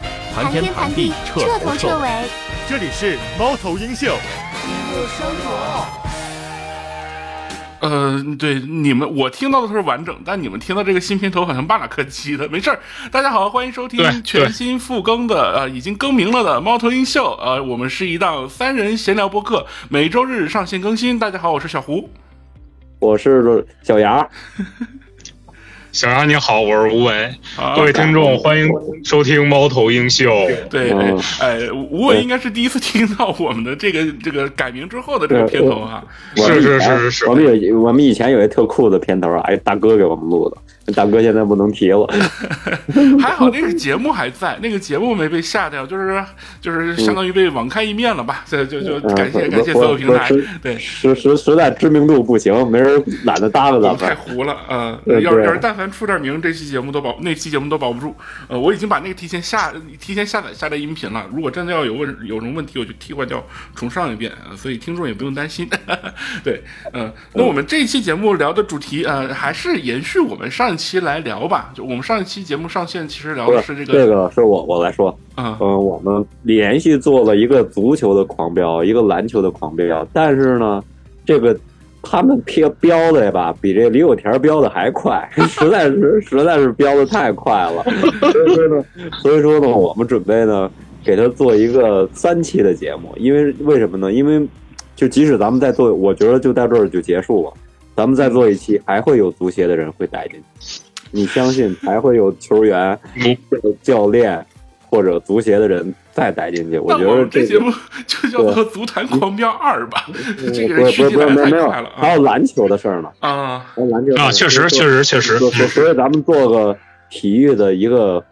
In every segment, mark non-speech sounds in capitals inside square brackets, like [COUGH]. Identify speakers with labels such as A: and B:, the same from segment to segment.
A: 谈天谈地，彻头彻尾。
B: 这里是猫头鹰秀。
C: 呃，对，你们我听到的是完整，但你们听到这个新片头好像半拉磕叽的，没事儿。大家好，欢迎收听
D: 对对
C: 全新复更的呃，已经更名了的猫头鹰秀。呃，我们是一档三人闲聊播客，每周日上线更新。大家好，我是小胡。
E: 我是小牙，
D: 小杨你好，我是吴伟，
C: 啊
D: 各位听众欢迎收听《猫头鹰秀》。
C: 对，哎
E: 嗯，
C: 哎吴伟应该是第一次听到我们的这个这个改名之后的这个片头啊。
E: 我们
D: 是
E: 以前
D: 是是是
E: 我们有我们以前有一特酷的片头啊，哎，大哥给我们录的，大哥现在不能提
C: [LAUGHS]
E: 了，嗯
C: 还好那个节目还在，那个节目没被下掉，就是就是相当于被网开一面了吧？这就就
E: 嗯
C: 感谢
E: 不
C: 感谢
E: 不
C: 所有平台
E: 不是，
C: 对。
E: 实实实在知名度不行，没人懒得搭理咱
C: 太
E: 们。
C: 糊了，呃，
E: 对
C: 要是
E: 对
C: 要是但凡出点名，这期节目都保那期节目都保不住。呃，我已经把那个提前下提前下载下载音频了，如果真的要有问有什么问题，我就替换掉重上一遍，呃所以听众也不用担心。 [LAUGHS] 对，嗯、那我们这一期节目聊的主题，呃，还是延续我们上一期来聊吧。就我们上一期节目上线，其实聊
E: 不
C: 的
E: 是
C: 是这
E: 这
C: 个，
E: 个是我我来说，
C: 啊，
E: 嗯，我们连续做了一个足球的狂飙，一个篮球的狂飙，但是呢，这个他们标标的吧，比这李有田标的还快， [LAUGHS] 实在是实在是标的太快了。所以说呢，所以说呢，我们准备呢给他做一个三期的节目，因为为什么呢？因为就即使咱们再做，我觉得就到这儿就结束了，咱们再做一
D: 嗯
E: 期，还会有足协的人会带进去，你相信还会有球员。
D: 嗯
E: 教练或者足协的人再带进去，我
C: 那
E: 觉
C: 我
E: 得
C: 们这节
E: 个嗯
C: 目 [LAUGHS] 就叫做《足坛狂飙二》吧，这
E: 不
C: 个
E: 是
C: 续集
E: 不是不
C: 来
E: 是
C: 得太
E: 没有没有
C: 快了，
E: 还
C: 啊
E: 有篮球的事儿呢，
C: 啊！
E: 还有篮球的事儿
D: 啊，确实，确，实，确实
E: 所以，所以所以咱们做个体育的一个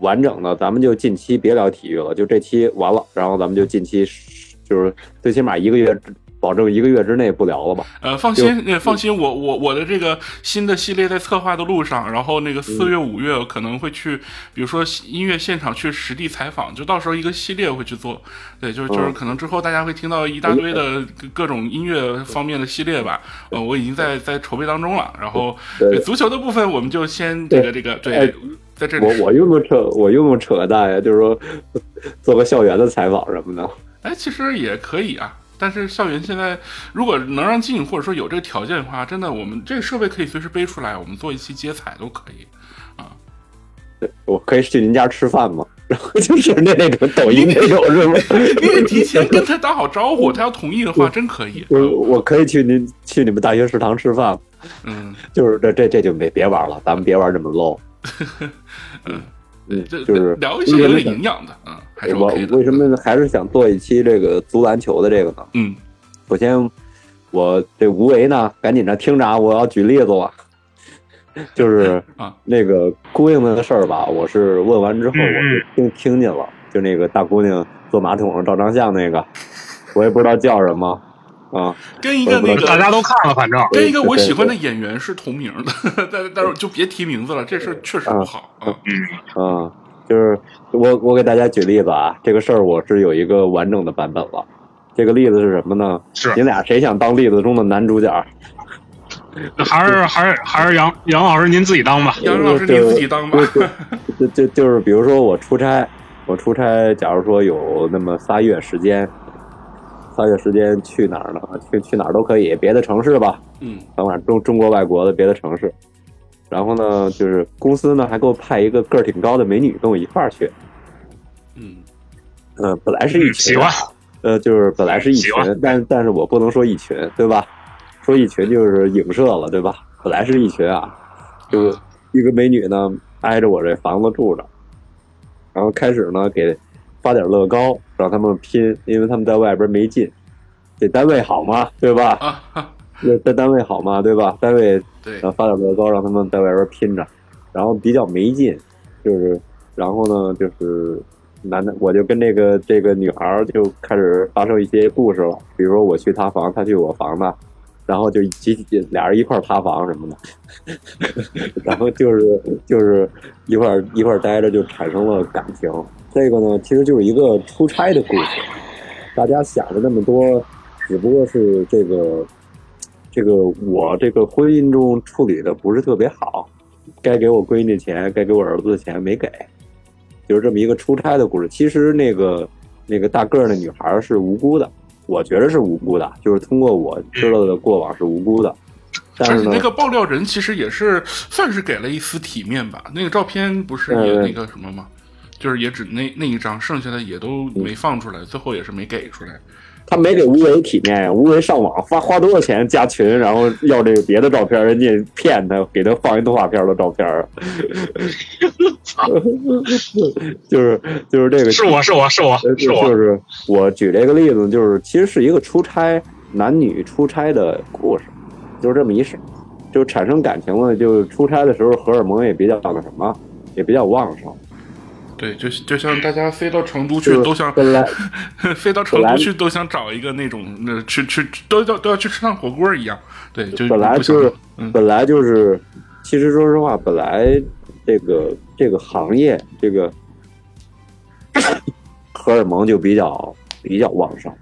E: 完整的，咱们就近期别聊体育了，就这期完了，然后咱们就近期就是最起码一个月之，保证一个月之内不聊了吧？
C: 呃，放心，呃
E: 嗯
C: 放心，我我我的这个新的系列在策划的路上，然后那个
E: 嗯
C: 四月、五月可能会去，比如说音乐现场去实地采访，就到时候一个系列会去做。对，就是就是
E: 嗯
C: 可能之后大家会听到一大堆的各各种音乐方面的系列吧。呃，我已经在在筹备当中了。然后
E: 嗯对
C: 对足球的部分，我们就先这个这个对
E: 哎，
C: 在这里
E: 我我用不扯，我用不扯淡呀，就是说做个校园的采访什么的。
C: 哎，其实也可以啊。但是校园现在如果能让进，或者说有这个条件的话，真的我们这个设备可以随时背出来，我们做一期接彩都可以。
E: 我可以去您家吃饭吗？然后就是那那种抖音那种
C: [LAUGHS]
E: 是吗？
C: 你得提
E: [LAUGHS]
C: 前跟他打好招
E: 嗯
C: 呼，他要同意的话，真可以。
E: 我我可以去您去你们大学食堂吃饭吗，
C: 嗯，
E: 就是这这这就没别玩了，咱们别玩这
C: [LAUGHS]
E: 么 low。嗯，
C: 这
E: 就是
C: 聊一些有点营养的，嗯，还是
E: 我
C: OK 的。
E: 为什？么还是想做一期这个足篮球的这个呢？
C: 嗯，
E: 首先，我这无为呢，赶紧着听着啊，我要举例子了，就是
C: 啊
E: 那个姑娘们的事儿吧，我是问完之后，我就听听见了，就那个大姑娘坐马桶上照张相那个，我也不知道叫什么啊，
C: 跟一个那
E: 我
C: 个
D: 大家都看了，反正
C: 跟一个我喜欢的演员是同名的， [LAUGHS] 但但是就别提名字了，这事儿确实不好啊。
E: 嗯，就是我我给大家举例子啊，这个事儿我是有一个完整的版本了。这个例子是什么呢？
D: 是
E: 你俩谁想当例子中的男主角？
D: 还是还是还是杨杨老师您自己当吧。
C: 杨老师
E: 就
C: 你自己当吧。
E: 就就就是比如说我出差，我出差，假如说有那么仨月时间，仨月时间去哪儿呢？去去哪儿都可以，别的城市吧，
C: 嗯
E: 甭管中中国外国的别的城市。然后呢，就是公司呢还给我派一个个儿挺高的美女跟我一块儿去。
C: 嗯，
E: 嗯、本来是一群
D: 喜
E: 人
D: 欢，
E: 呃，就是本来是一群
D: 喜欢，
E: 但但是我不能说一群，对吧？说一群就是影射了，对吧？本来是一群啊，就是一个美女呢挨着我这房子住着，然后开始呢给发点乐高让他们拼，因为他们在外边没劲，这单位好嘛，对吧？
C: 啊，哈
E: 那在单位好嘛，对吧？单位
C: 对
E: 然，后发点乐高让他们在外边拼着，然后比较没劲，就是然后呢就是男的我就跟这个这个女孩儿就开始发生一些故事了，比如说我去她房，她去我房的，然后就集体俩人一块儿爬房什么的， [LAUGHS] 然后就是就是一块儿一块儿待着就产生了感情。这个呢其实就是一个出差的故事，大家想的那么多，只不过是这个这个我这个婚姻中处理的不是特别好，该给我闺女钱，该给我儿子钱没给，就是这么一个出差的故事。其实那个那个大个儿的女孩是无辜的，我觉得是无辜的，就是通过我知道的过往是无辜的。但
C: 而
E: 是
C: 且
E: 呢
C: 那，个爆料人其实也是算是给了一丝体面吧。那个照片不是也
E: 嗯
C: 那个什么吗？就是也只那那一张，剩下的也都没放出来，最后也是没给出来。
E: 他没给吴为体面呀，吴为上网花花多少钱加群，然后要这个别的照片，人家骗他，给他放一动画片的照片儿， [LAUGHS] 就是就是这个
D: 是我是我是我
E: 呃
D: 是
E: 就
D: 我
E: 就，是我举这个例子，就是其实是一个出差男女出差的故事，就是这么一事儿，就产生感情了。就出差的时候荷尔蒙也比较那什么，也比较旺盛。
C: 对，就就像大家飞到成都去
E: 就是
C: 都想
E: 本来
C: [LAUGHS] 飞到成
E: 本
C: 都
E: 来
C: 去都想找一个那种那去去都要都要去吃趟火锅一样。对，就
E: 本来
C: 不想
E: 就是
C: 嗯
E: 本来就是，其实说实话，本来这个这个行业这个荷尔蒙就比较比较旺盛，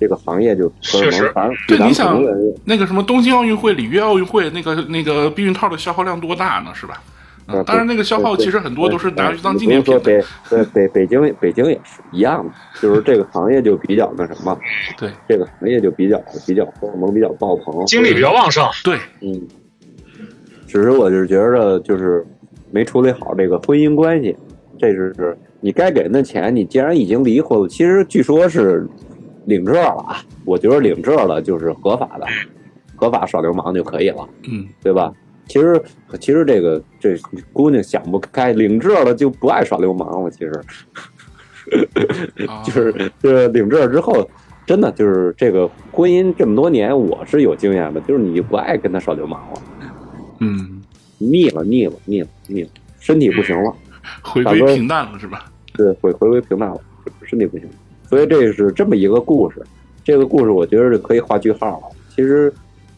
E: 这个行业就荷尔
D: 确实
E: 蒙反正
C: 对，你
E: 比咱
C: 想
E: 们普通人
C: 那个什么东京奥运会、里约奥运会，那个那个避孕套的消耗量多大呢？是吧？嗯
E: 啊
C: 当然，那个消耗
E: 对对哎
C: 其实很多都是拿去当纪
E: 比
C: 念
E: 如
C: 品
E: 说
C: 的。
E: 北对北北京北京也是一样的，就是这个行业就比较那什么，
C: 对
E: 这个行业就比较比较荷尔蒙比较爆棚，
D: 精力比较旺盛。
C: 对，
E: 嗯。只是我就是觉着就是没处理好这个婚姻关系，这是你该给人的钱，你既然已经离婚了，其实据说是领证了啊，我觉得领证了就是合法的，合法耍流氓就可以了。
C: 嗯，
E: 对吧？其实其实这个这姑娘想不开，领证了就不爱耍流氓了。其实
C: 啊
E: 就是就是领证之后，真的就是这个婚姻这么多年，我是有经验的，就是你就不爱跟他耍流氓了，
C: 嗯，
E: 腻了腻了腻了腻了，身体不行了，
C: 回
E: 大
C: 归
E: 哥
C: 平淡了是吧？
E: 对，回回归平淡了，身体不行。所以这是这么一个故事，这个故事我觉得是可以画句号了。其实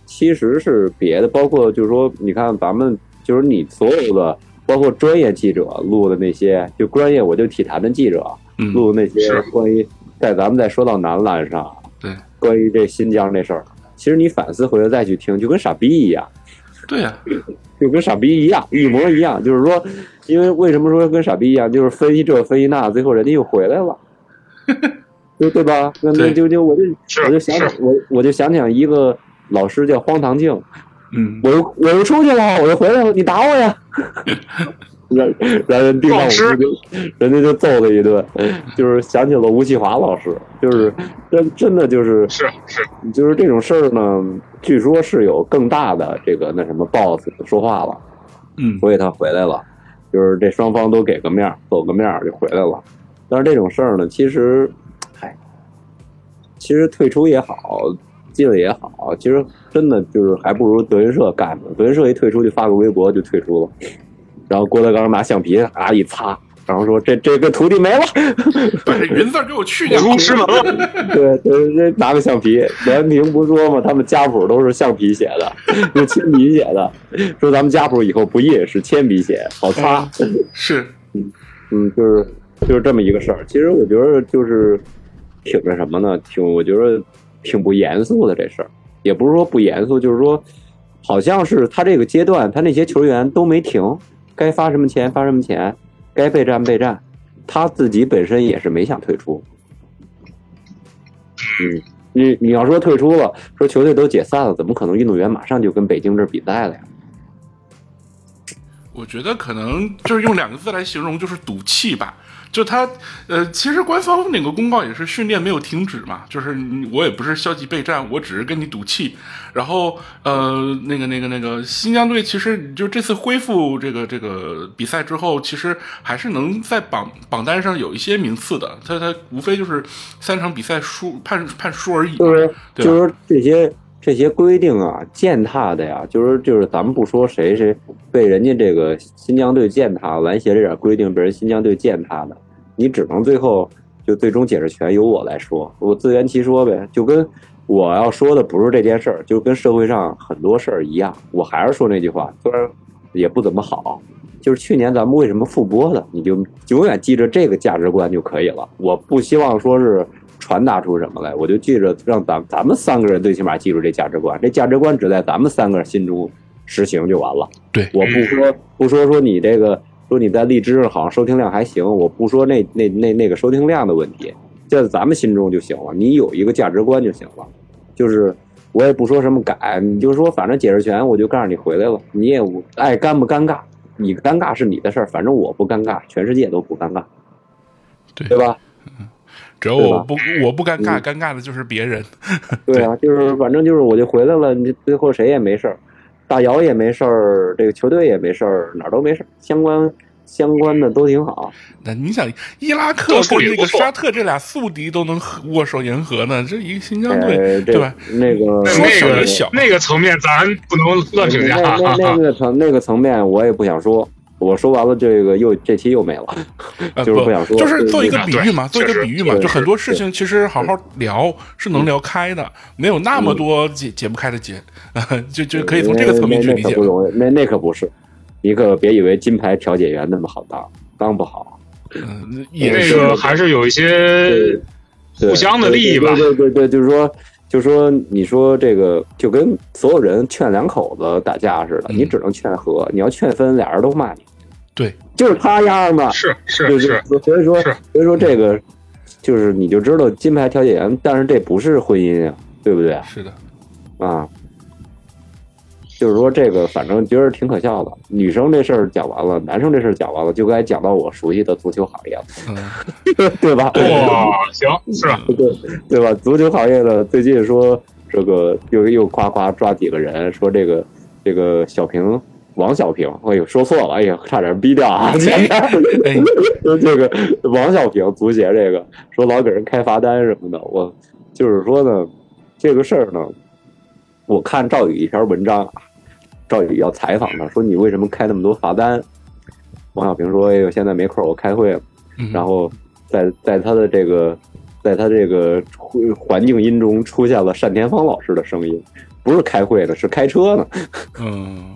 E: 其实是别的，包括就是说，你看咱们就是你所有的，包括专业记者录的那些，就专业我就体坛的记者
C: 嗯，
E: 录的那些
D: 是
E: 关于在咱们再说到男篮上，
C: 对，
E: 关于这新疆这事儿，其实你反思回来再去听，就跟傻逼一样。
C: 对呀、
E: 就跟傻逼一样，一模一样。就是说，因为为什么说跟傻逼一样，就是分析这分析那，最后人家又回来
D: [LAUGHS]
E: 了，对对吧？那那
C: 对
E: 就就我就是我就想
D: 是
E: 我我就想想一个老师叫荒唐镜，
C: 嗯，
E: 我又我又出去了，我又回来了，你打
D: [LAUGHS]
E: 我呀！然然后人盯上
D: 老师
E: 我，人家就揍了一顿，就是想起了吴启华老师，就是真真的就是
D: 是是，
E: 就是这种事儿呢，据说是有更大的这个那什么 boss 说话了。
C: 嗯，
E: 所以他回来了，就是这双方都给个面儿，走个面儿就回来了。但是这种事儿呢，其实，唉，其实退出也好，进了也好，其实真的就是还不如德云社干呢。德云社一退出就发个微博就退出了，然后郭德纲拿橡皮啊一擦，然后说这这个徒弟没了，
C: 把这哎云字儿给我去
D: 火
C: 掉。
D: 出师门了，
E: 对对对，拿个橡皮。栾平不说嘛，他们家谱都是橡皮写的， [LAUGHS] 用铅笔写的，说咱们家谱以后不印，是铅笔写，好擦。
C: 是，
E: 嗯，就是就是这么一个事儿。其实我觉得就是挺那什么呢，挺我觉得挺不严肃的这事儿，也不是说不严肃，就是说好像是他这个阶段，他那些球员都没停，该发什么钱发什么钱，该备战备战，他自己本身也是没想退出。嗯，你你要说退出了，说球队都解散了，怎么可能运动员马上就跟北京这儿比赛了呀？
C: 我觉得可能就是用两个字来形容，就是赌气吧。就他，呃，其实官方那个公告也是训练没有停止嘛，就是你我也不是消极备战，我只是跟你赌气。然后，呃，那个、那个、那个，新疆队其实就这次恢复这个这个比赛之后，其实还是能在榜榜单上有一些名次的。他他无非就是三场比赛输判判输而已嘛，
E: 就是
C: 对吧？
E: 就是这些这些规定啊，践踏的呀，就是就是咱们不说谁谁被人家这个新疆队践踏，篮协这点规定被人新疆队践踏的，你只能最后就最终解释权由我来说，我自圆其说呗，就跟。我要说的不是这件事儿，就跟社会上很多事儿一样，我还是说那句话，虽然也不怎么好，就是去年咱们为什么复播的，你就永远记着这个价值观就可以了。我不希望说是传达出什么来，我就记着让咱咱们三个人最起码记住这价值观，这价值观只在咱们三个人心中实行就完了。
C: 对
E: 我不说不说说你这个说你在荔枝上好像收听量还行，我不说那那那那个收听量的问题，在咱们心中就行了，你有一个价值观就行了，就是我也不说什么改，你就说反正解释权，我就告诉你回来了，你也无爱尴不尴尬，你尴尬是你的事儿，反正我不尴尬，全世界都不尴尬，
C: 对
E: 对吧？嗯
C: 只要我不我不尴尬，尴尬的就是别人。
E: 对啊，就是反正就是我就回来了，你最后谁也没事儿，大姚也没事儿，这个球队也没事儿，哪儿都没事儿，相关相关的都挺好。
C: 那你想，伊拉克
D: 都处
C: 跟那
D: 理得
C: 个
D: 不错
C: 沙特这俩宿敌都能和握手言和呢，这一个新疆队，
E: 呃，这
C: 对吧？
E: 那个
C: 说
D: 那
C: 小
D: 个
C: 就小
D: 那个层面咱不能乱评价
E: 那那那
D: 啊。
E: 个层那个层面我也不想说，我说完了这个又这期又没了，
C: 呃，
E: 就是不想说
C: 就是做一个
D: 啊对
C: 比喻嘛，做
D: 对
C: 一个比喻嘛，
E: 确实嗯
C: 就很多事情其实好好聊是能聊开的，没有那么多解解不开的结，呃就就可以从这个层面去
E: 呃那
C: 理
E: 那
C: 解
E: 可不。容易，那那可不是，你可别以为金牌调解员那么好当，当不好。
C: 嗯，也
D: 那
C: 是
D: 个还是有一些
E: 对
D: 互相的利益吧
E: 对对对对，对就是说，就是说，你说这个就跟所有人劝两口子打架似的，
C: 嗯
E: 你只能劝和，你要劝分，俩人都骂你。
C: 对，
E: 就是他丫嘛，
D: 是，
E: 就是就是所以说
D: 是
E: 所以说这个就是你就知道金牌调解员，但是这不是婚姻啊，对不对
C: 是的，
E: 啊？就是说这个，反正觉得挺可笑的。女生这事儿讲完了，男生这事儿讲完了，就该讲到我熟悉的足球行业
C: 嗯，
E: 了， [LAUGHS] 对吧？
D: 哇，行是吧？
E: 对对吧？足球行业的最近说这个又又夸夸抓几个人，说这个这个小平王小平，哎呦说错了，哎呀差点逼掉啊！前面
C: 哎，
E: 这个王小平足协这个说老给人开罚单什么的，我就是说呢，这个事儿呢，我看赵宇一篇文章啊，赵宇要采访他说你为什么开那么多罚单？王小平说：“哎呦，现在没空，我开会了。”
C: 嗯
E: 然后在在他的这个在他这个出环境音中出现了单田芳老师的声音，不是开会呢，是开车呢
C: 嗯，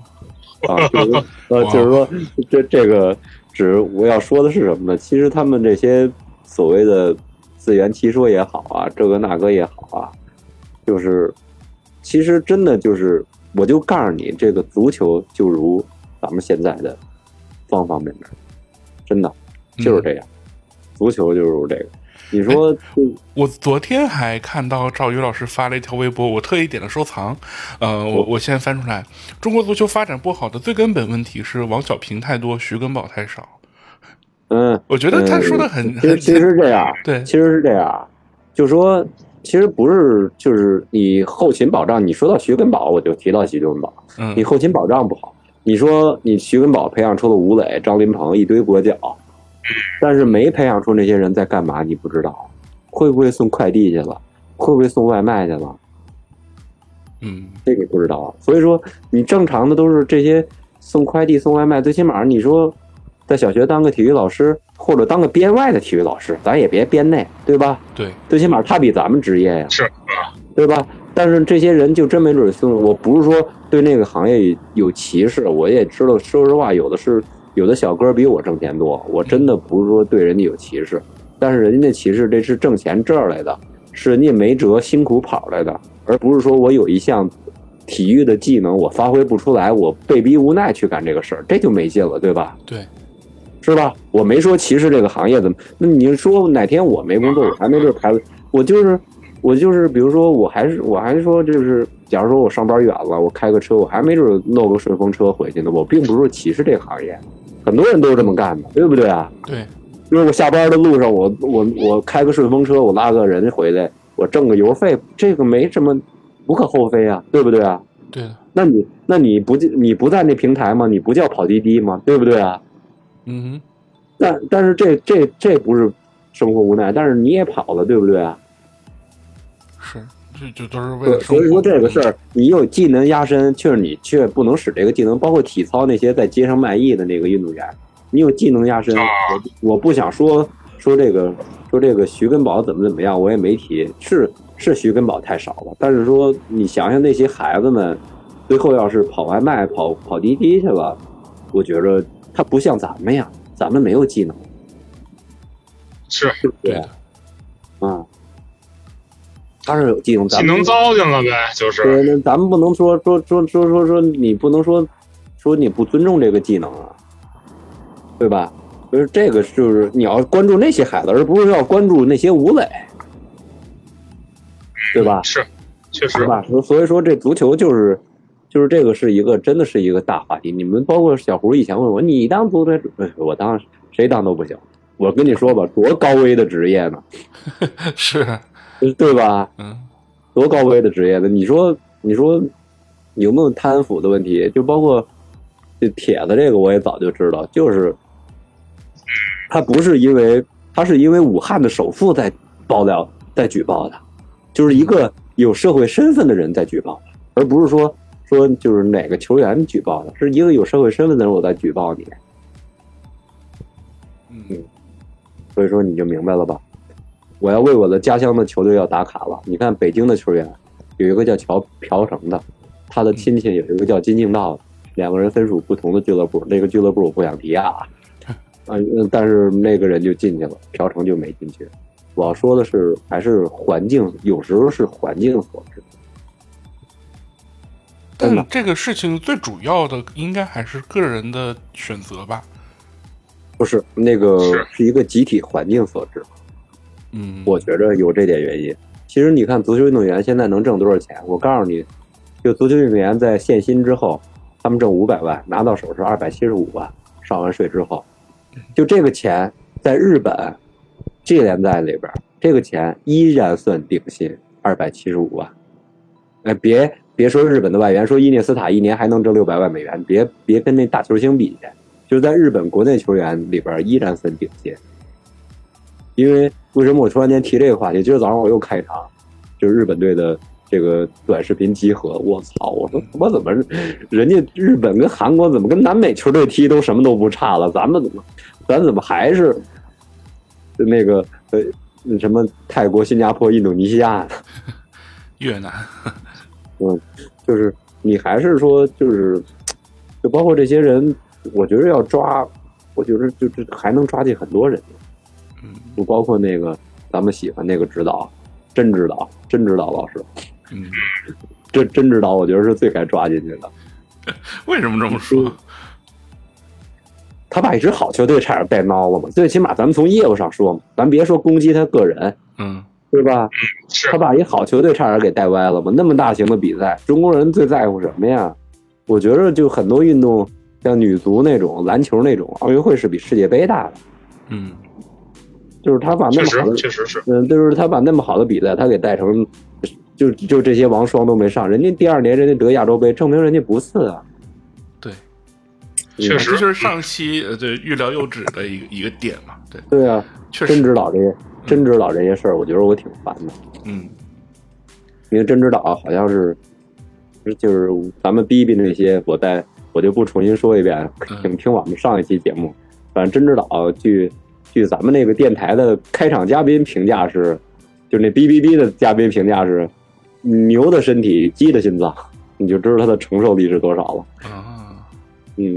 E: 啊， [LAUGHS] 就是说呃，
C: 哇
E: 就是说这这个只我要说的是什么呢？其实他们这些所谓的自圆其说也好啊，这个那个也好啊，就是其实真的就是，我就告诉你，这个足球就如咱们现在的方方面面，真的。就是这样，足球就是这个。你说，就
C: 我昨天还看到赵宇老师发了一条微博，我特意点了收藏。呃，
E: 哦
C: 我我先翻出来，中国足球发展不好的最根本问题是王小平太多，徐根宝太少。
E: 嗯，
C: 我觉得他说的
E: 嗯
C: 很
E: 其实
C: 很
E: 其实这样，
C: 对
E: 其实是这样，啊就说其实不是，就是你后勤保障，你说到徐根宝，我就提到徐根宝，
C: 嗯
E: 你后勤保障不好，你说你徐根宝培养出了吴磊、张琳芃一堆国脚，但是没培养出那些人在干嘛，你不知道，会不会送快递去了，会不会送外卖去了，
C: 嗯
E: 这个不知道啊。所以说，你正常的都是这些送快递、送外卖，最起码你说在小学当个体育老师，或者当个编外的体育老师，咱也别编内，对吧？
C: 对，
E: 最起码他比咱们职业呀，
D: 是，
E: 对吧？但是这些人就真没准送。我不是说对那个行业有歧视，我也知道，说实话，有的是有的小哥比我挣钱多，我真的不是说对人家有歧视，但是人家歧视这是挣钱挣来的，是人家没辙辛苦跑来的，而不是说我有一项体育的技能我发挥不出来，我被逼无奈去干这个事儿，这就没劲了，对吧？
C: 对，
E: 是吧？我没说歧视这个行业怎么，那你说哪天我没工作，我还没这牌子，我就是我就是，比如说我还是我还是说就是，假如说我上班远了，我开个车，我还没准弄个顺风车回去呢。我并不是歧视这个行业，很多人都是这么干的，对不对啊？
C: 对，
E: 就是我下班的路上，我我我开个顺风车，我拉个人回来，我挣个油费，这个没什么无可厚非啊，对不对啊？
C: 对的，
E: 那你那你不你不在那平台吗？你不叫跑滴滴吗？对不对啊？
C: 嗯
E: 但但是这这这不是生活无奈，但是你也跑了，对不对啊？
C: 哼，是，这就都是为
E: 对
C: 了生活。
E: 所以说这个事儿，你有技能压身，却是你却不能使这个技能，包括体操那些在街上卖艺的那个运动员，你有技能压身，
D: 啊
E: 我我不想说说这个说这个徐根宝怎么怎么样，我也没提，是是徐根宝太少了，但是说你想想那些孩子们，最后要是跑外卖、跑跑滴滴去了，我觉着他不像咱们呀，咱们没有技能，
D: 是
E: 对不
C: 对
E: 对
C: 的，
E: 啊，他是有技能，
D: 技
E: 咱们
D: 能糟践了呗，就是
E: 对，那咱们不能说说说说说说你不能说说你不尊重这个技能啊，对吧？就是这个，就是你要关注那些孩子，而不是要关注那些吴磊，对吧？
D: 是，确实
E: 是，吧？所所以说这足球就是就是这个是一个真的是一个大话题。你们包括小胡以前问我，你当足球，哎我当谁当都不行。我跟你说吧，多高危的职业呢，
C: 是，
E: 对吧？
C: 嗯，
E: 多高危的职业呢？你说你说有没有贪腐的问题？就包括这帖子这个，我也早就知道，就是他不是因为他是因为武汉的首富在爆料在举报的，就是一个有社会身份的人在举报，而不是说说就是哪个球员举报的，是一个有社会身份的人我在举报你，
C: 嗯，
E: 所以说你就明白了吧？我要为我的家乡的球队要打卡了。你看北京的球员，有一个叫乔朴成的，他的亲戚有一个叫金敬道的，两个人分属不同的俱乐部。那个俱乐部我不想提啊，啊，呃但是那个人就进去了，朴成就没进去。我要说的是，还是环境，有时候是环境所致。真的
C: 但这个事情最主要的应该还是个人的选择吧。
E: 不是那个
D: 是
E: 是一个集体环境所致，
C: 嗯，
E: 我觉着有这点原因。其实你看足球运动员现在能挣多少钱？我告诉你，就足球运动员在限薪之后，他们挣五百万，拿到手是二百七十五万，上完税之后，就这个钱在日本 G 联赛里边，这个钱依然算顶薪二百七十五万。哎，别别说日本的外援，说伊涅斯塔一年还能挣六百万美元，别别跟那大球星比去，就是在日本国内球员里边依然算顶薪。因为为什么我突然间提这个话题？今儿早上我又看一场，就是日本队的这个短视频集合。我操！我说他妈怎么，人家日本跟韩国怎么跟南美球队踢都什么都不差了，咱们怎么，咱怎么还是那个呃什么泰国、新加坡、印度尼西亚呢？
C: 越南，
E: 就是你还是说就是，就包括这些人，我觉得要抓，我觉得就就还能抓起很多人，
C: 嗯
E: 就包括那个咱们喜欢那个指导，真指导，真指导老师，
C: 嗯，
E: 这真指导我觉得是最该抓进去的。
C: 为什么这么说？
E: 他把一支好球队差点带孬了嘛，最起码咱们从业务上说嘛，咱别说攻击他个人，
C: 嗯
E: 对吧？
D: 是
E: 他把一好球队差点给带歪了嘛。那么大型的比赛，中国人最在乎什么呀？我觉着就很多运动，像女足那种、篮球那种，奥运会是比世界杯大的。
C: 嗯
E: 就是他把那
D: 确
E: 么好
D: 实，
E: 的，
D: 确实是，
E: 嗯，就是他把那么好的比赛，他给带成，就就这些王双都没上，人家第二年人家得亚洲杯，证明人家不次啊。
C: 对，
D: 确
C: 哎这
D: 实
C: 就是上期呃，对欲聊又止的一个一个点嘛。对，
E: 对啊，
C: 确
E: 真
C: 实，
E: 指导这
D: 嗯
E: 些，真指导这些事儿，我觉得我挺烦的。
C: 嗯
E: 因为真指导好像是，就是咱们逼逼那些，我再我就不重新说一遍，请听我们上一期节目。反正真指导据据咱们那个电台的开场嘉宾评价是，就那哔哔哔的嘉宾评价是，牛的身体，鸡的心脏，你就知道他的承受力是多少了。
C: 啊，
E: 嗯，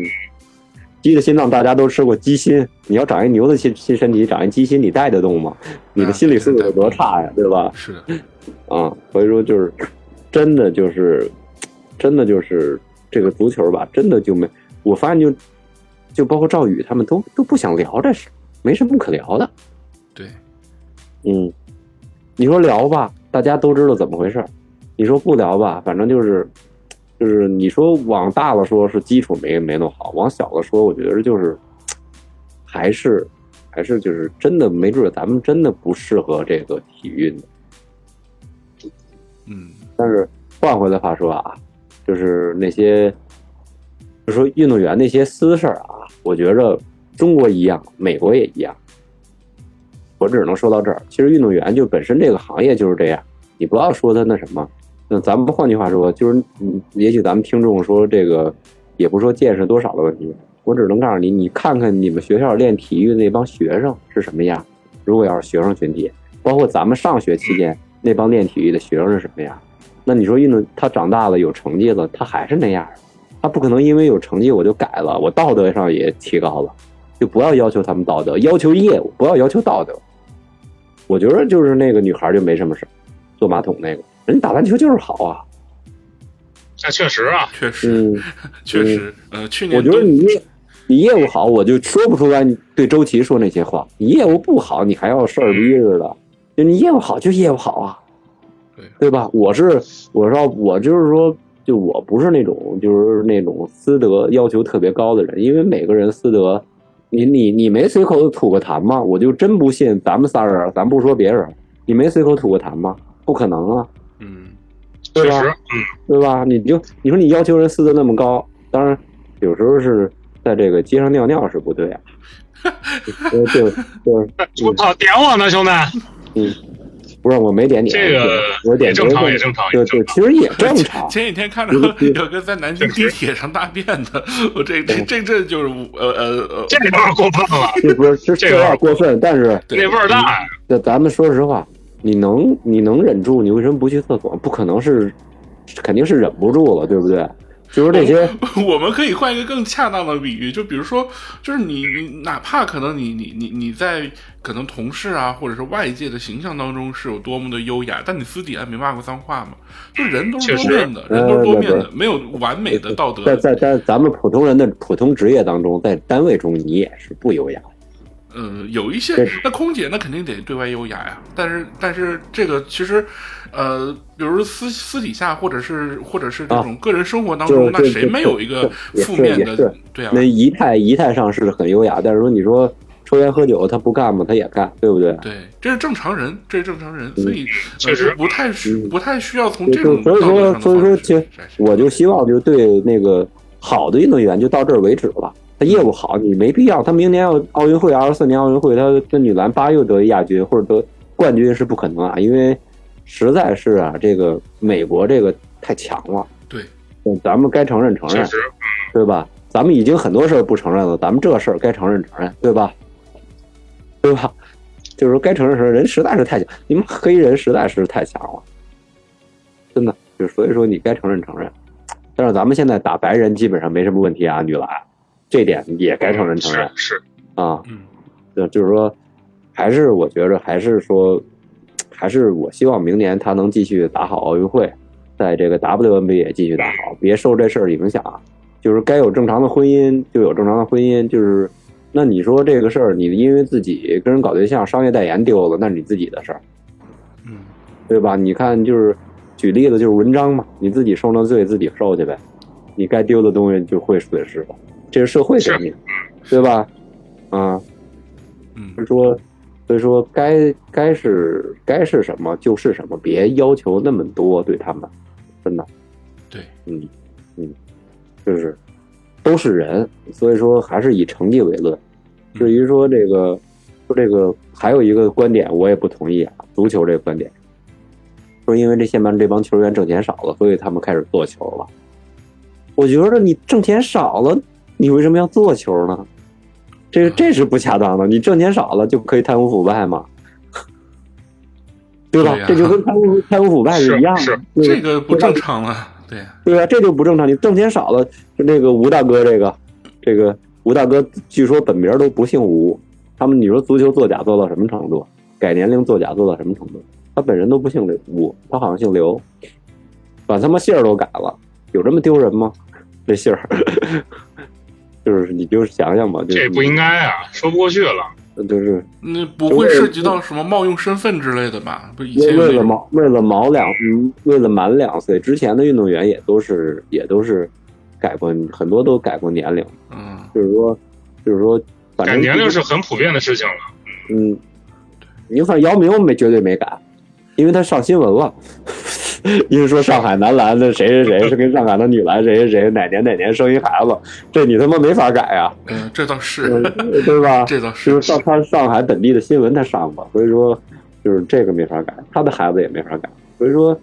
E: 鸡的心脏大家都吃过鸡心，你要长一牛的心心身体，长一鸡心，你带得动吗？你的心理素质有多差呀，嗯对吧？
C: 是的，
E: 啊，所以说就是真的就是真的就是这个足球吧，真的就没我发现就就包括赵宇他们都都不想聊这事，没什么可聊的。
C: 对，
E: 嗯，你说聊吧，大家都知道怎么回事儿；你说不聊吧，反正就是就是你说往大了说是基础没没弄好，往小了说，我觉得就是还是还是就是真的没准儿咱们真的不适合这个体育呢。
C: 嗯
E: 但是换回来话说啊，就是那些，就说运动员那些私事儿啊，我觉着中国一样，美国也一样。我只能说到这儿。其实运动员就本身这个行业就是这样，你不要说他那什么。那咱们换句话说，就是嗯也许咱们听众说这个，也不说见识多少的问题，我只能告诉你，你看看你们学校练体育那帮学生是什么样。如果要是学生群体，包括咱们上学期间那帮练体育的学生是什么样，那你说运动他长大了有成绩了，他还是那样儿，他不可能因为有成绩我就改了，我道德上也提高了，就不要要求他们道德，要求业务，不要要求道德。我觉得就是那个女孩就没什么事儿，坐马桶那个人打篮球就是好啊，
D: 那确实啊，
C: 确实
E: 嗯，
C: 确实，呃，去
E: 我
C: 年
E: 觉得
C: 冬
E: 你你业务好，我就说不出来你对周琦说那些话；你业务不好，你还要事儿逼
C: 嗯
E: 似的。就你业务好，就业务好啊，
C: 对
E: 对吧？我是我说我就是说，就我不是那种就是那种私德要求特别高的人，因为每个人私德，你你你没随口吐个痰吗？我就真不信咱们仨人，咱不说别人，你没随口吐个痰吗？不可能啊，
C: 嗯，
E: 对啊
D: 确
E: 吧
D: 实，？嗯，
E: 对吧？你就你说你要求人私德那么高，当然有时候是在这个街上尿尿是不对啊。对对对，
D: 我操，点我呢，兄弟，
E: 不是我没点你，啊
D: 这个
E: 我嗯点
D: 也正常，
E: 别
D: 也
E: 人
D: 正常，也
E: 对
D: 正
E: 对，
D: 常。
E: 其实也正常。
C: 前几天看着有个在南京地铁上大便的，我
E: 哦
C: 这这这这就是呃呃呃，
D: 这有点过分了，
E: 这不是这
D: 这
E: 这
D: 个
E: 有点过分，但是
C: 对
D: 那味儿大。啊
E: 这咱们说实话，你能你能忍住，你为什么不去厕所？不可能是，肯定是忍不住了，对不对？就是这些，
C: [LAUGHS] 我们可以换一个更恰当的比喻，就比如说，就是你你哪怕可能你你你你在可能同事啊，或者是外界的形象当中是有多么的优雅，但你私底下没骂过脏话嘛？就人都是多面的，
E: 确实
C: 人都是多面
E: 呃
C: 的
E: 对，
C: 没有完美的道
E: 在
C: 德。
E: 在在咱们普通人的普通职业当中，在单位中你也是不优雅的。
C: 呃，有一些
E: 对
C: 那空姐那肯定得对外优雅呀，但是但是这个其实，呃，比如私私底下或者是或者是这种个人生活当中，
E: 啊就
C: 那
E: 就
C: 谁没有一个
E: 就也
C: 负
E: 是
C: 面
E: 也
C: 的
E: 是？
C: 对啊，
E: 那仪态仪态上是很优雅，但是说你说抽烟喝酒他不干吗？他也干，对不对？
C: 对，这是正常人，这是正常人，所以呃
D: 确实
C: 不太需
E: 嗯
C: 不太需要从
E: 就
C: 这种
E: 所以
C: 道德上
E: 说
C: 的
E: 所以
C: 方
E: 说，
C: 式
E: 其实
C: 筛选
E: 我就希望就对那个好的运动员就到这儿为止了。他业务好，你没必要。他明年要奥运会，二十四年奥运会，他跟女篮八又得一亚军或者得冠军是不可能啊，因为实在是啊，这个美国这个太强了。
C: 对
E: 嗯，咱们该承认承
D: 确
E: 认，
D: 实，
E: 对吧？咱们已经很多事儿不承认了，咱们这事儿该承认承认，对吧？对吧？就是说该承认承认，人实在是太强，你们黑人实在是太强了，真的。就所以说你该承认承认，但是咱们现在打白人基本上没什么问题啊，女篮这点也该承认承认
D: 是是，
E: 啊。
C: 嗯，
E: 对，就是说，还是我觉着还是说，还是我希望明年他能继续打好奥运会，在这个 WNBA 继续打好，别受这事儿影响啊。就是该有正常的婚姻就有正常的婚姻，就是那你说这个事儿，你因为自己跟人搞对象，商业代言丢了，那是你自己的事儿，
C: 嗯，
E: 对吧？你看，就是举例子就是文章嘛，你自己受那罪自己受去呗，你该丢的东西就会损失了，这是社会给你的，对吧？啊、
C: 嗯
E: 所以说，所以说该该是该是什么就是什么，别要求那么多对他们，真的
C: 对，
E: 嗯嗯，就是都是人，所以说还是以成绩为论。至于说这个说这个，还有一个观点我也不同意啊，足球这个观点，说因为这现在这帮球员挣钱少了，所以他们开始做球了。我觉得你挣钱少了，你为什么要做球呢？这这是不恰当的。你挣钱少了就可以贪污腐败吗？ [LAUGHS] 对吧？
C: 对呀
E: 这就跟贪污贪污腐败是一样
D: 是
E: 的
D: 是，
E: 对
C: 这个不正常了，对啊，
E: 对啊，这就不正常。你挣钱少了，就那个吴大哥，这个这个吴大哥，据说本名都不姓吴。他们你说足球作假做到什么程度？改年龄作假做到什么程度？他本人都不姓吴，他好像姓刘，把他妈姓儿都改了，有这么丢人吗？这姓儿， [LAUGHS] 就是你就想想吧，就
D: 这
E: 是
D: 不应该啊，说不过去了。
E: 就是
C: 那不会涉及到什么冒用身份之类的吧？不，以前
E: 为
C: 有那
E: 为了
C: 种
E: 毛为了毛两嗯为了满两岁之前的运动员也都是也都是改过很多都改过年龄。
C: 嗯，
E: 就是说，就是说，反
D: 改
E: 正
D: 年龄是很普遍的事情了，
E: 嗯，你反正姚明没绝对没改，因为他上新闻了， [LAUGHS] 因为说上海男篮的谁谁谁是跟上海的女篮谁谁谁哪年哪年生一孩子，这你他妈没法改呀、
C: 呃，这倒
E: 嗯
C: 是，
E: 对吧？
C: 这倒
E: 就是是，上他上海本地的新闻他上过，所以说就是这个没法改，他的孩子也没法改，所以说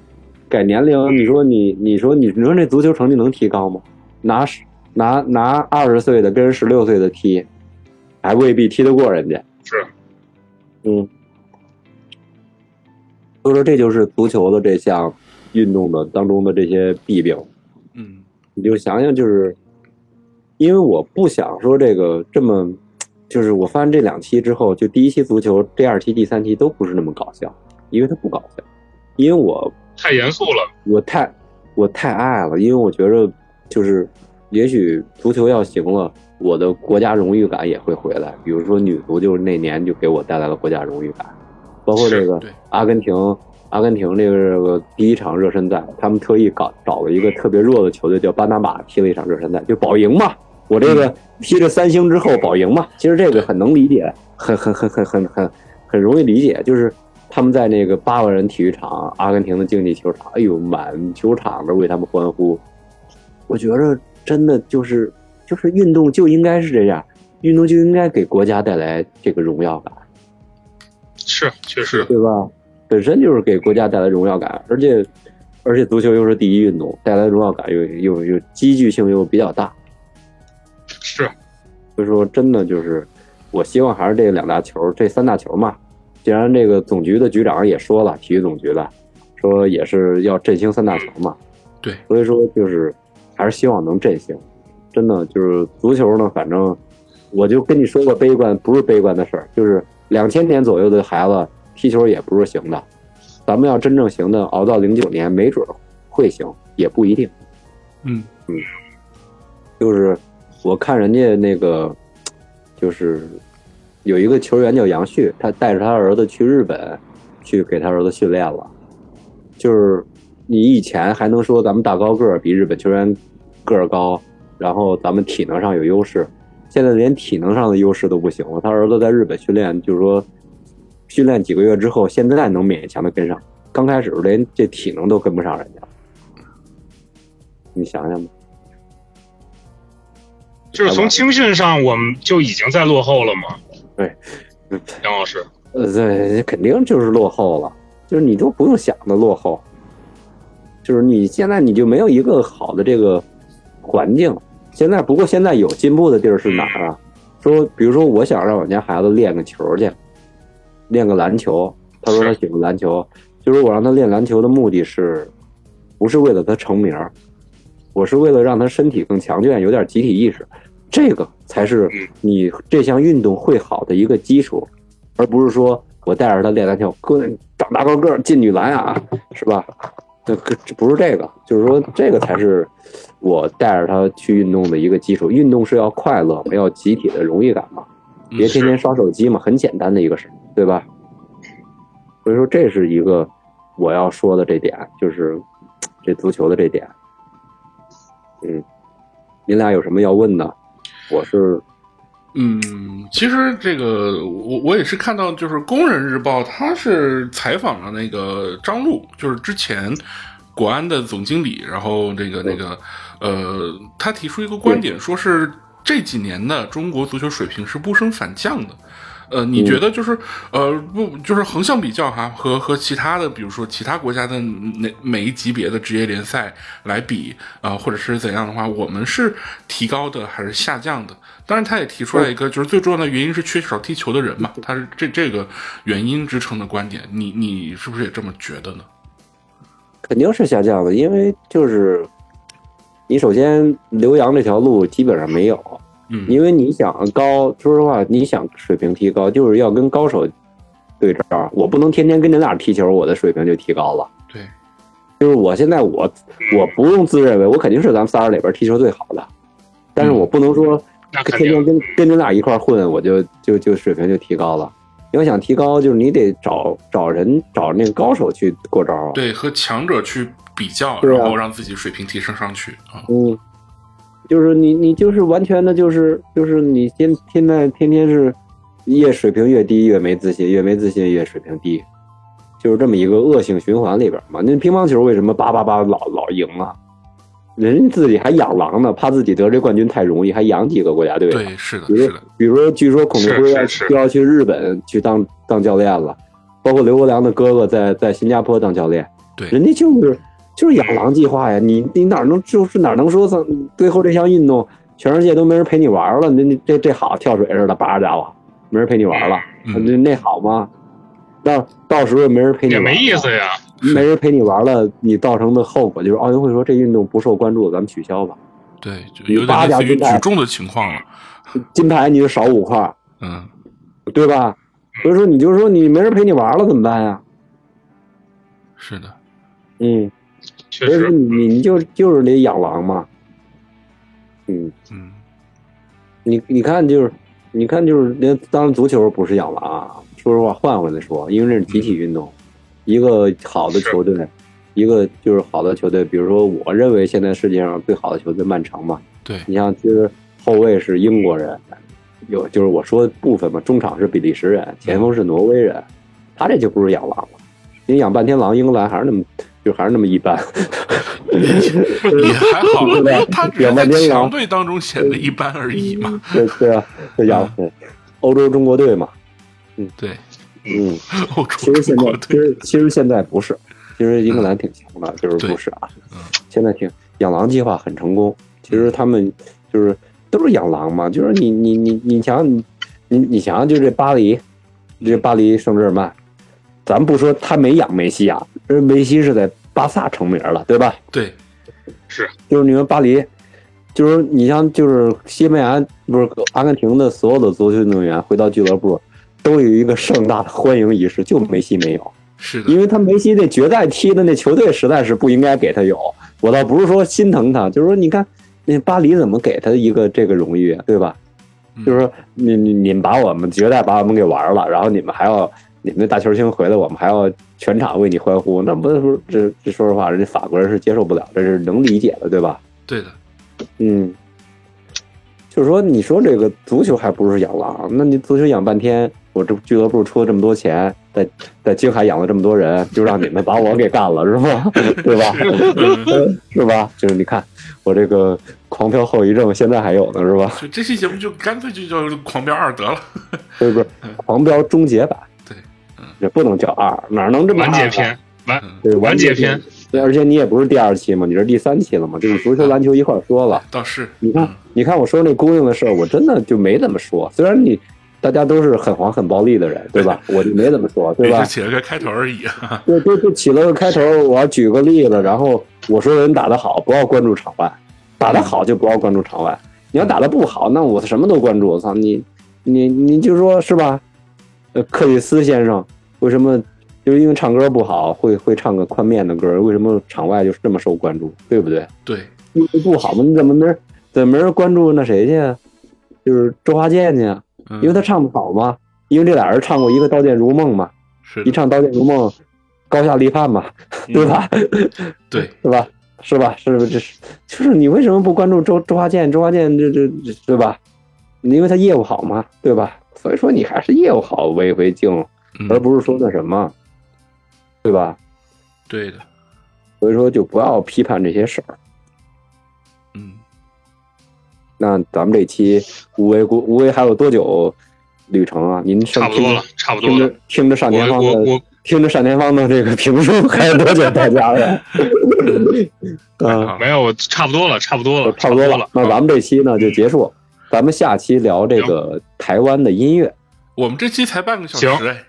E: 改年龄，你说你你说你你说那足球成绩能提高吗？拿十拿拿二十岁的跟十六岁的踢，还未必踢得过人家。
D: 是，
E: 嗯，所以说这就是足球的这项运动的当中的这些弊病。
C: 嗯
E: 你就想想，就是因为我不想说这个这么，就是我发现这两期之后，就第一期足球，第二期、第三期都不是那么搞笑，因为它不搞笑，因为我
D: 太严肃了。
E: 我太我太爱了，因为我觉着就是，也许足球要行了，我的国家荣誉感也会回来。比如说女足，就是那年就给我带来了国家荣誉感，包括这
C: 是
E: 个
C: 对
E: 阿根廷，阿根廷这个第一场热身赛，他们特意搞找了一个特别弱的球队叫巴拿马踢了一场热身赛，就保赢嘛。我这
C: 嗯
E: 个踢了三星之后保赢嘛，其实这个很能理解，很很很很很很很容易理解，就是他们在那个八万人体育场，阿根廷的竞技球场，哎呦，满球场的为他们欢呼。我觉着真的就是就是运动就应该是这样，运动就应该给国家带来这个荣耀感。
D: 是确实
E: 对吧？本身就是给国家带来荣耀感，而且而且足球又是第一运动，带来荣耀感又又又积聚性又比较大，
D: 是
E: 所以说真的就是我希望还是这两大球，这三大球嘛。既然这个总局的局长也说了，体育总局的说也是要振兴三大球嘛，
C: 对，
E: 所以说就是还是希望能振兴。真的就是足球呢，反正我就跟你说个悲观，不是悲观的事儿，就是两千年左右的孩子踢球也不是行的，咱们要真正行的，熬到零九年，没准儿会行，也不一定。
C: 嗯
E: 嗯，就是我看人家那个，就是有一个球员叫杨旭，他带着他儿子去日本，去给他儿子训练了。就是你以前还能说咱们大高个儿比日本球员个儿高，然后咱们体能上有优势，现在连体能上的优势都不行了。他儿子在日本训练，就是说训练几个月之后，现在能勉强的跟上，刚开始连这体能都跟不上人家。你想想吧，
D: 就是从青训上我们就已经在落后了嘛。
E: 对，嗯
D: 杨老师，
E: 呃，这肯定就是落后了，就是你都不用想的落后，就是你现在你就没有一个好的这个环境。现在不过现在有进步的地儿是哪儿啊？说比如说我想让我家孩子练个球去，练个篮球，他说他喜欢篮球，就是我让他练篮球的目的是，不是为了他成名儿，我是为了让他身体更强健，有点集体意识，这个才是
D: 嗯
E: 你这项运动会好的一个基础。而不是说我带着他练篮球，哥长大高个儿进女篮啊，是吧？这个这不是这个，就是说这个才是我带着他去运动的一个基础。运动是要快乐，没有集体的荣誉感嘛，
C: 嗯
E: 别天天刷手机嘛，很简单的一个事儿，对吧？所以说这是一个我要说的这点，就是这足球的这点。嗯，您俩有什么要问的？我是
C: 嗯，其实这个我我也是看到，就是《工人日报》他是采访了那个张璐，就是之前国安的总经理，然后这个那个呃，他提出一个观点，说是这几年的中国足球水平是不升反降的。呃，你觉得就是呃不就是横向比较哈，和和其他的，比如说其他国家的哪每一级别的职业联赛来比啊、呃或者是怎样的话，我们是提高的还是下降的？当然，他也提出来一个，就是最重要的原因是缺少踢球的人嘛，他是这这个原因支撑的观点，你你是不是也这么觉得呢？
E: 肯定是下降的，因为就是你首先留洋这条路基本上没有，
C: 嗯，
E: 因为你想高，说实话，你想水平提高，就是要跟高手对招。我不能天天跟你俩踢球，我的水平就提高了。
C: 对，
E: 就是我现在我我不用自认为，我肯定是咱们仨人里边踢球最好的，但是我不能说
D: 嗯那肯
E: 天天
D: 定
E: 跟跟你俩一块儿混，我就就就水平就提高了。你要想提高，就是你得找找人找那个高手去过招啊。
C: 对，和强者去比较，
E: 对啊
C: 然后让自己水平提升上去啊。
E: 嗯，就是你你就是完全的就是就是你现现在天天是越水平越低越没自信，越没自信越水平低，就是这么一个恶性循环里边嘛。那乒乓球为什么叭叭叭老老赢啊？人家自己还养狼呢，怕自己得这冠军太容易，还养几个国家队啊。
C: 对，是的，
E: 比如
C: 是的，
E: 比如说，据说孔令辉要
D: 是是是
E: 就要去日本去当当教练了，包括刘国梁的哥哥在在新加坡当教练，
C: 对
E: 人家就是就是养狼计划呀，你你哪能就是哪能说咱最后这项运动全世界都没人陪你玩了，那那这这好跳水似的，叭家伙没人陪你玩了，
C: 嗯
E: 那那好吗？到到时候没人陪你
D: 也
E: 玩
D: 没意
E: 了啊
D: 思呀。
E: 没人陪你玩了，你造成的后果就是奥运会说这运动不受关注，咱们取消吧，
C: 对，就有
E: 八
C: 点类
E: 家
C: 似于
E: 之战
C: 举重的情况了。
E: 金牌你就少五块，
C: 嗯，
E: 对吧？所以说，你就是说你没人陪你玩了，怎么办呀？
C: 是的，
E: 嗯，
D: 确
E: 所以说
D: 实，
E: 你你就就是得养狼嘛。嗯，
C: 嗯，
E: 你你看就是，你看就是，连当然足球不是养娃啊，说实话换回来说，因为这是集体运动，一个好的球队，一个就是好的球队，比如说我认为现在世界上最好的球队曼城嘛，
C: 对
E: 你像其实后卫是英国人，有就是我说的部分嘛，中场是比利时人，前锋是挪威人，他这就不是养娃嘛，你养半天狼，英格兰还是那么就还是那么一般， [LAUGHS]
C: 也还好
E: 是吧，
C: 他只是
E: 两
C: 在
E: 万年
C: 强
E: 狼
C: 队当中显得一般而已嘛。
E: 对对啊，就养欧洲中国队嘛，
C: 对，
E: 嗯。
C: 欧洲
E: 其实
C: 中
E: 现
C: 国
E: 在，其
C: 队
E: 实其实现在不是，其实英格兰挺强的，就是不是啊。现在挺养狼计划很成功，其实他们就是都是养狼嘛，就是你你你你想你你你想想，就这巴黎，这巴黎圣日耳曼，咱不说他没养梅西啊，这梅西是在巴萨成名了，对吧？
C: 对
E: 就是你们巴黎，就是你像就是西班牙不是阿根廷的所有的足球运动员回到俱乐部，都有一个盛大的欢迎仪式，就梅西没有。
C: 是的，
E: 因为他梅西那决赛踢的那球队实在是不应该给他有。我倒不是说心疼他，就是说你看那巴黎怎么给他一个这个荣誉，对吧？
C: 嗯
E: 就是说你你你们把我们决赛把我们给玩了，然后你们还要你们那大球星回来，我们还要全场为你欢呼，那不是说这这说实话，人家法国人是接受不了，这是能理解的，对吧？
C: 对的，
E: 嗯，就是说，你说这个足球还不是养狼？那你足球养半天，我这俱乐部出了这么多钱，在在京海养了这么多人，就让你们把我给干了，是
D: [LAUGHS]
E: 吧？对吧？ [LAUGHS] 是吧？就是你看我这个狂飘后遗症，现在还有呢，是吧？
C: 就这期节目就干脆就叫《狂飙二》得了。
E: 不是不是，狂飙终结版，
C: 对嗯
E: 也不能叫二，哪能这么
D: 完结
E: 二啊
D: 篇，完
C: 嗯
E: 对，完
D: 完
E: 结
D: 结篇。
E: 对，而且你也不是第二期嘛，你是第三期了嘛，就是足球、篮球一块儿说了。
C: 倒是，
E: 你看
C: 嗯，
E: 你看我说那供应的事儿，我真的就没怎么说。虽然你大家都是很黄很暴力的人，对吧？我就没怎么说，对
C: 也就
E: 吧？
C: 起了个开头而已。哈哈
E: 就就就起了个开头，我要举个例子，然后我说人打得好，不要关注场外；打得好就不要关注场外。你要打得不好，那我什么都关注。我操你，你你就说是吧？呃，克里斯先生为什么就是因为唱歌不好，会会唱个宽面的歌，为什么场外就是这么受关注，对不对？
C: 对，
E: 因为不好嘛，你怎么没人怎么没人关注那谁去啊？就是周华健去啊，
C: 嗯
E: 因为他唱不好嘛，因为这俩人唱过一个《刀剑如梦》嘛，
C: 是
E: 一
C: 的，
E: 唱《刀剑如梦》，高下立判嘛，
D: 嗯
E: [LAUGHS] 对吧？
C: 对，
E: 是吧？是吧？是不是？这是就是你为什么不关注周周华健？周华健这这这对吧？因为他业务好嘛，对吧？所以说你还是业务好为为敬，而
C: 嗯，
E: 不是说那什么，对吧？
C: 对的，
E: 所以说就不要批判这些事儿。
C: 嗯，
E: 那咱们这期无为过无为还有多久旅程啊？您上
D: 差不多了，差不
E: 听
D: 多了
E: 着。听着单田
D: 我
E: 芳
D: 我
E: 的
D: 我
E: 听着单田芳的这个评述，还有多久到家了？嗯，
C: 好
D: 没有，我差不多了，差不多了，
E: 哦差不多了。那咱们这期呢就结束，咱们下期聊这个台湾的音乐，
C: 我们这期才半个小时，
D: 行
C: 哎，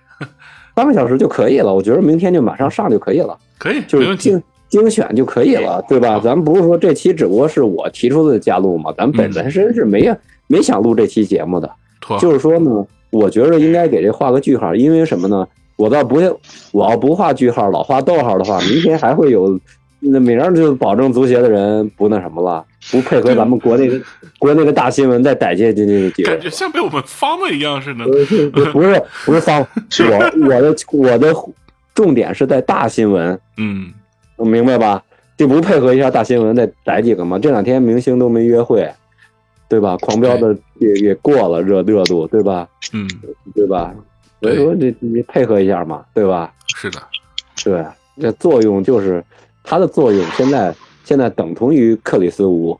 E: 半个小时就可以了。我觉得明天就马上上就可以了，
C: 可以，
E: 就
C: 没
E: 是
C: 问题
E: 精。精选就可以了，对吧？咱们不是说这期只不过是我提出的加入嘛，咱本本身是没没想录这期节目的。
C: 妥，
E: 就是说呢，我觉得应该给这画个句号，因为什么呢？我倒不会，我要不画句号，老画逗号的话，明天还会有，那每天就保证足协的人不那什么了，不配合咱们
C: [LAUGHS]
E: 国内的国内的大新闻再逮进进去几个
C: 感
E: 人
C: 觉像被我们方了一样似的。
E: 了，不是不是方，我我的我的重点是在大新闻，
C: 嗯，
E: 明白吧？就不配合一下大新闻再逮几个嘛？这两天明星都没约会，对吧？狂飙的也也过了热热度，对吧？
C: 嗯，
E: 对吧？所以
C: 对
E: 说你你配合一下嘛，对吧？
C: 是的，
E: 对，这作用就是它的作用，现在现在等同于克里斯乌，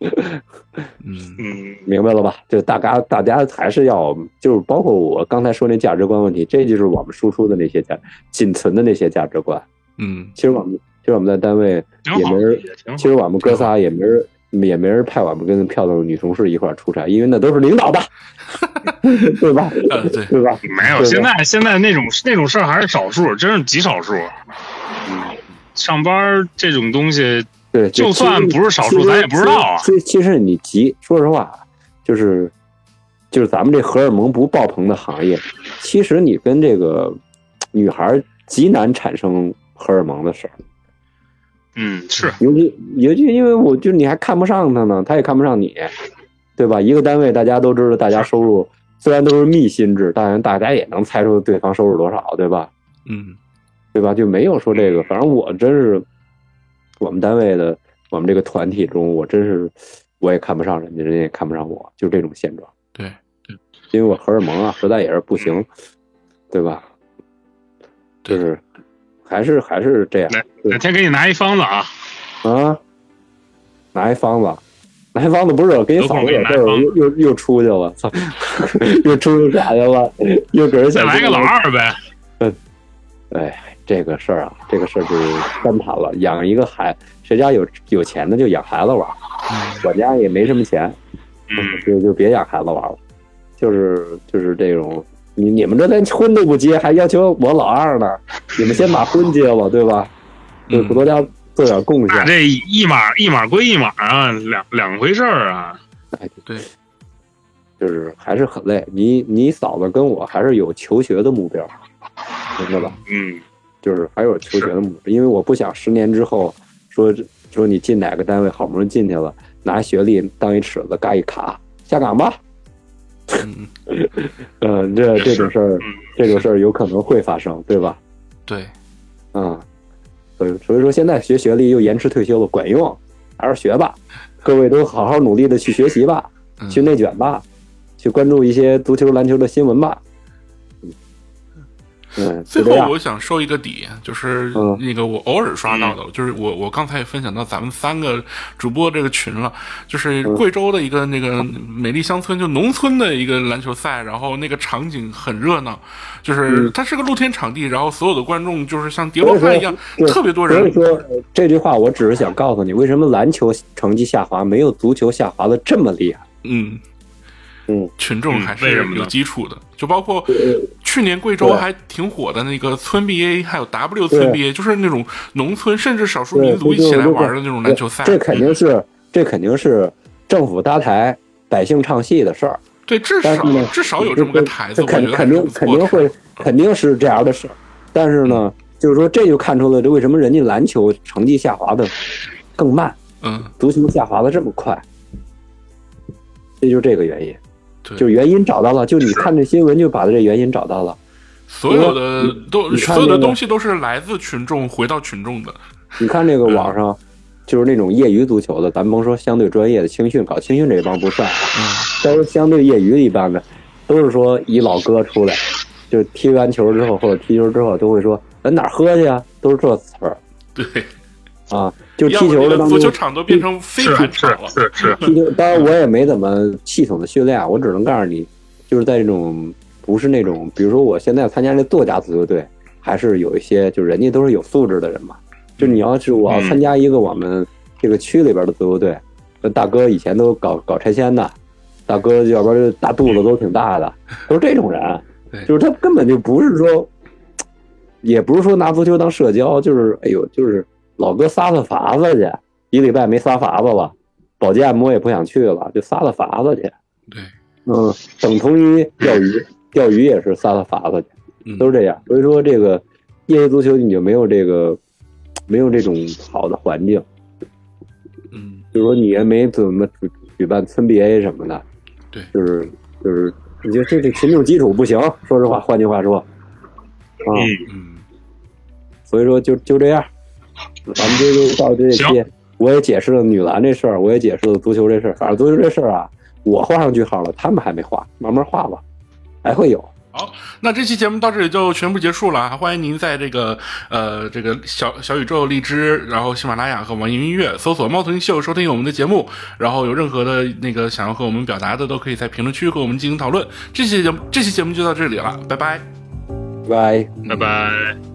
C: 嗯，
D: 嗯，
E: 明白了吧？就大家大家还是要，就是包括我刚才说那价值观问题，这就是我们输出的那些价仅存的那些价值观。
C: 嗯，
E: 其实我们其实我们在单位
D: 挺
E: 也
D: 好，
E: 没人
D: 也挺
E: 其
D: 好。
E: 实我们哥仨也没人，也没人派我们跟漂亮的女同事一块儿出差，因为那都是领
D: [LAUGHS]
E: 导的，对吧？
C: 呃，对，
E: 对吧？
D: 没有，
E: 对吧
D: 现在现在那种那种事儿还是少数，真是极少数。嗯，上班儿这种东西，
E: 对，
D: 就算不是少数
E: 其实
D: 咱也不知道啊
E: 其实其实你急，说实话，就是就是咱们这荷尔蒙不爆棚的行业，其实你跟这个女孩儿极难产生荷尔蒙的事儿，
D: 嗯，是
E: 嗯尤其尤其因为我就你还看不上她呢，她也看不上你，对吧？一个单位大家都知道，大家收入虽然都是密薪制，但大家也能猜出对方收入多少，对吧？
C: 嗯
E: 对吧？就没有说
D: 嗯
E: 这个，反正我真是我们单位的我们这个团体中，我真是我也看不上人家，人家也看不上我，就这种现状。
C: 对对，
E: 因为我荷尔蒙啊，实在也是不
D: 嗯
E: 行，对吧？
C: 对
E: 就是还是还是这样
D: 来哪天给你拿一方子啊？
E: 啊，拿一方子。拿一方子不是给你
D: 有空
E: 嫂
D: 我
E: 子，
D: 给你拿一
E: 这
D: 方
E: 会
D: 子
E: 又又又出去了，操， [LAUGHS] 又出去啥去了？又给人
D: 再
E: 想
D: 来个老二呗。
E: 哎，这个事儿啊，这个事儿就是单谈了。养一个孩，谁家有有钱的就养孩子玩儿，我家也没什么钱，
D: 嗯，
E: 就就别养孩子玩儿了。就是就是这种，你你们这连婚都不结，还要求我老二呢？你们先把婚结了，对吧？对
C: 嗯
E: 普多家做点贡
D: 那
E: 献，
D: 这一码一码归一码啊，两两回事儿啊。
C: 对，
E: 就是还是很累。你你嫂子跟我还是有求学的目标，明白吧？
D: 嗯，
E: 就是还有求学的目标，因为我不想十年之后说这说你进哪个单位，好不容易进去了，拿学历当一尺子，嘎一卡下岗吧。
C: 嗯
E: 嗯，这
D: 也
E: 这
D: 是
E: 种事儿
D: 嗯，
E: 这种事儿有可能会发生，对吧？
C: 对，
E: 嗯，所以所以说现在学学历又延迟退休了，管用，还是学吧，各位都好好努力的去学习吧，
C: 嗯
E: 去内卷吧，去关注一些足球、篮球的新闻吧。嗯，
C: 最
E: 就这
C: 后
E: 样
C: 我想收一个底，就是
E: 嗯
C: 那个我偶尔刷到的，就是我我刚才也分享到咱们三个主播这个群了，就是
E: 嗯
C: 贵州的一个那个美丽乡村，就农村的一个篮球赛，然后那个场景很热闹，
E: 嗯
C: 就是它是个露天场地，然后所有的观众就是像叠罗汉一样
E: 对，
C: 特别多
E: 所
C: 人
E: 以。说呃这句话，我只是想告诉你，为什么篮球成绩下滑没有足球下滑的这么厉害？
C: 嗯，
E: 嗯，
C: 群众还
D: 嗯为什
C: 是
D: 么呢
C: 有基础的，就包括去年贵州
E: 对
C: 还挺火的那个村 BA，还有 W 村
E: 对
C: BA，就是那种农村甚至少数
E: 对
C: 民族一
E: 这就
C: 起来
E: 如果
C: 玩的那种篮球赛。
E: 这肯定是这肯定是政府搭台、百姓唱戏的事儿。
C: 对，至
E: 但
C: 少
E: 是呢，
C: 至少有这么个台子，
E: 这
C: 我觉
E: 肯
C: 得
E: 肯定肯定
C: 嗯
E: 会肯定是这样的事儿。但是呢，就是说这就看出了这为什么人家篮球成绩下滑的更慢，
C: 嗯，
E: 足球下滑的这么快，这就是这个原因。
C: 对
E: 就是原因找到了，就你看这新闻就把这原因找到了。
C: 所有的都
E: 你看
C: 所有的
E: 那个
C: 东西都是来自群众回到群众的。
E: 你看这个
C: 嗯
E: 网上，就是那种业余足球的，咱甭说相对专业的青训，搞青训这帮不算，啊
C: 嗯，
E: 但是相对业余一般的，都是说一老哥出来，就踢完球之后或者踢球之后都会说，咱哪儿喝去啊？都是这词儿
C: 对，
E: 啊，就踢
C: 要不
E: 球
C: 那
E: 的
C: 个
E: 当
C: 足
E: 中
C: 球，场都变成非
D: 是啊
C: 法场
D: 是
C: 了。
D: 是是，
E: 踢球当然我也没怎么系统的训练啊，我只能告诉你，就是在这种不是那种，比如说我现在参加这作家足球队，还是有一些就是人家都是有素质的人嘛。就你要是我要
D: 嗯
E: 参加一个我们这个区里边的足球队，那大哥以前都搞搞拆迁的，大哥要不然就大肚子都挺大的，都是这种人
C: 对，
E: 就是他根本就不是说，也不是说拿足球当社交，就是哎呦，就是老哥撒撒法子去，一礼拜没撒法子了，保健我也不想去了，就撒撒法子去。
C: 对，
E: 嗯，等同于钓鱼，钓鱼也是撒撒法子去，
C: 嗯
E: 都是这样。所以说，这个业余足球你就没有这个，没有这种好的环境，
C: 嗯，
E: 就是说你也没怎么举举办村 BA 什么的，
C: 对
E: 就是就是，你就这这群众基础不行，说实话，换句话说，啊，
D: 嗯，
C: 嗯，
E: 所以说就就这样，咱们这就到这期
D: 行，
E: 我也解释了女篮这事儿，我也解释了足球这事儿，反正足球这事儿啊，我画上句号了，他们还没画，慢慢画吧，还会有。
C: 好，那这期节目到这里就全部结束了啊。欢迎您在这个呃这个小小宇宙、荔枝，然后喜马拉雅和网易云音乐搜索“猫头鹰秀”收听我们的节目。然后有任何的那个想要和我们表达的，都可以在评论区和我们进行讨论。这期节目这期节目就到这里了，拜拜。
E: 拜。
D: 嗯拜拜。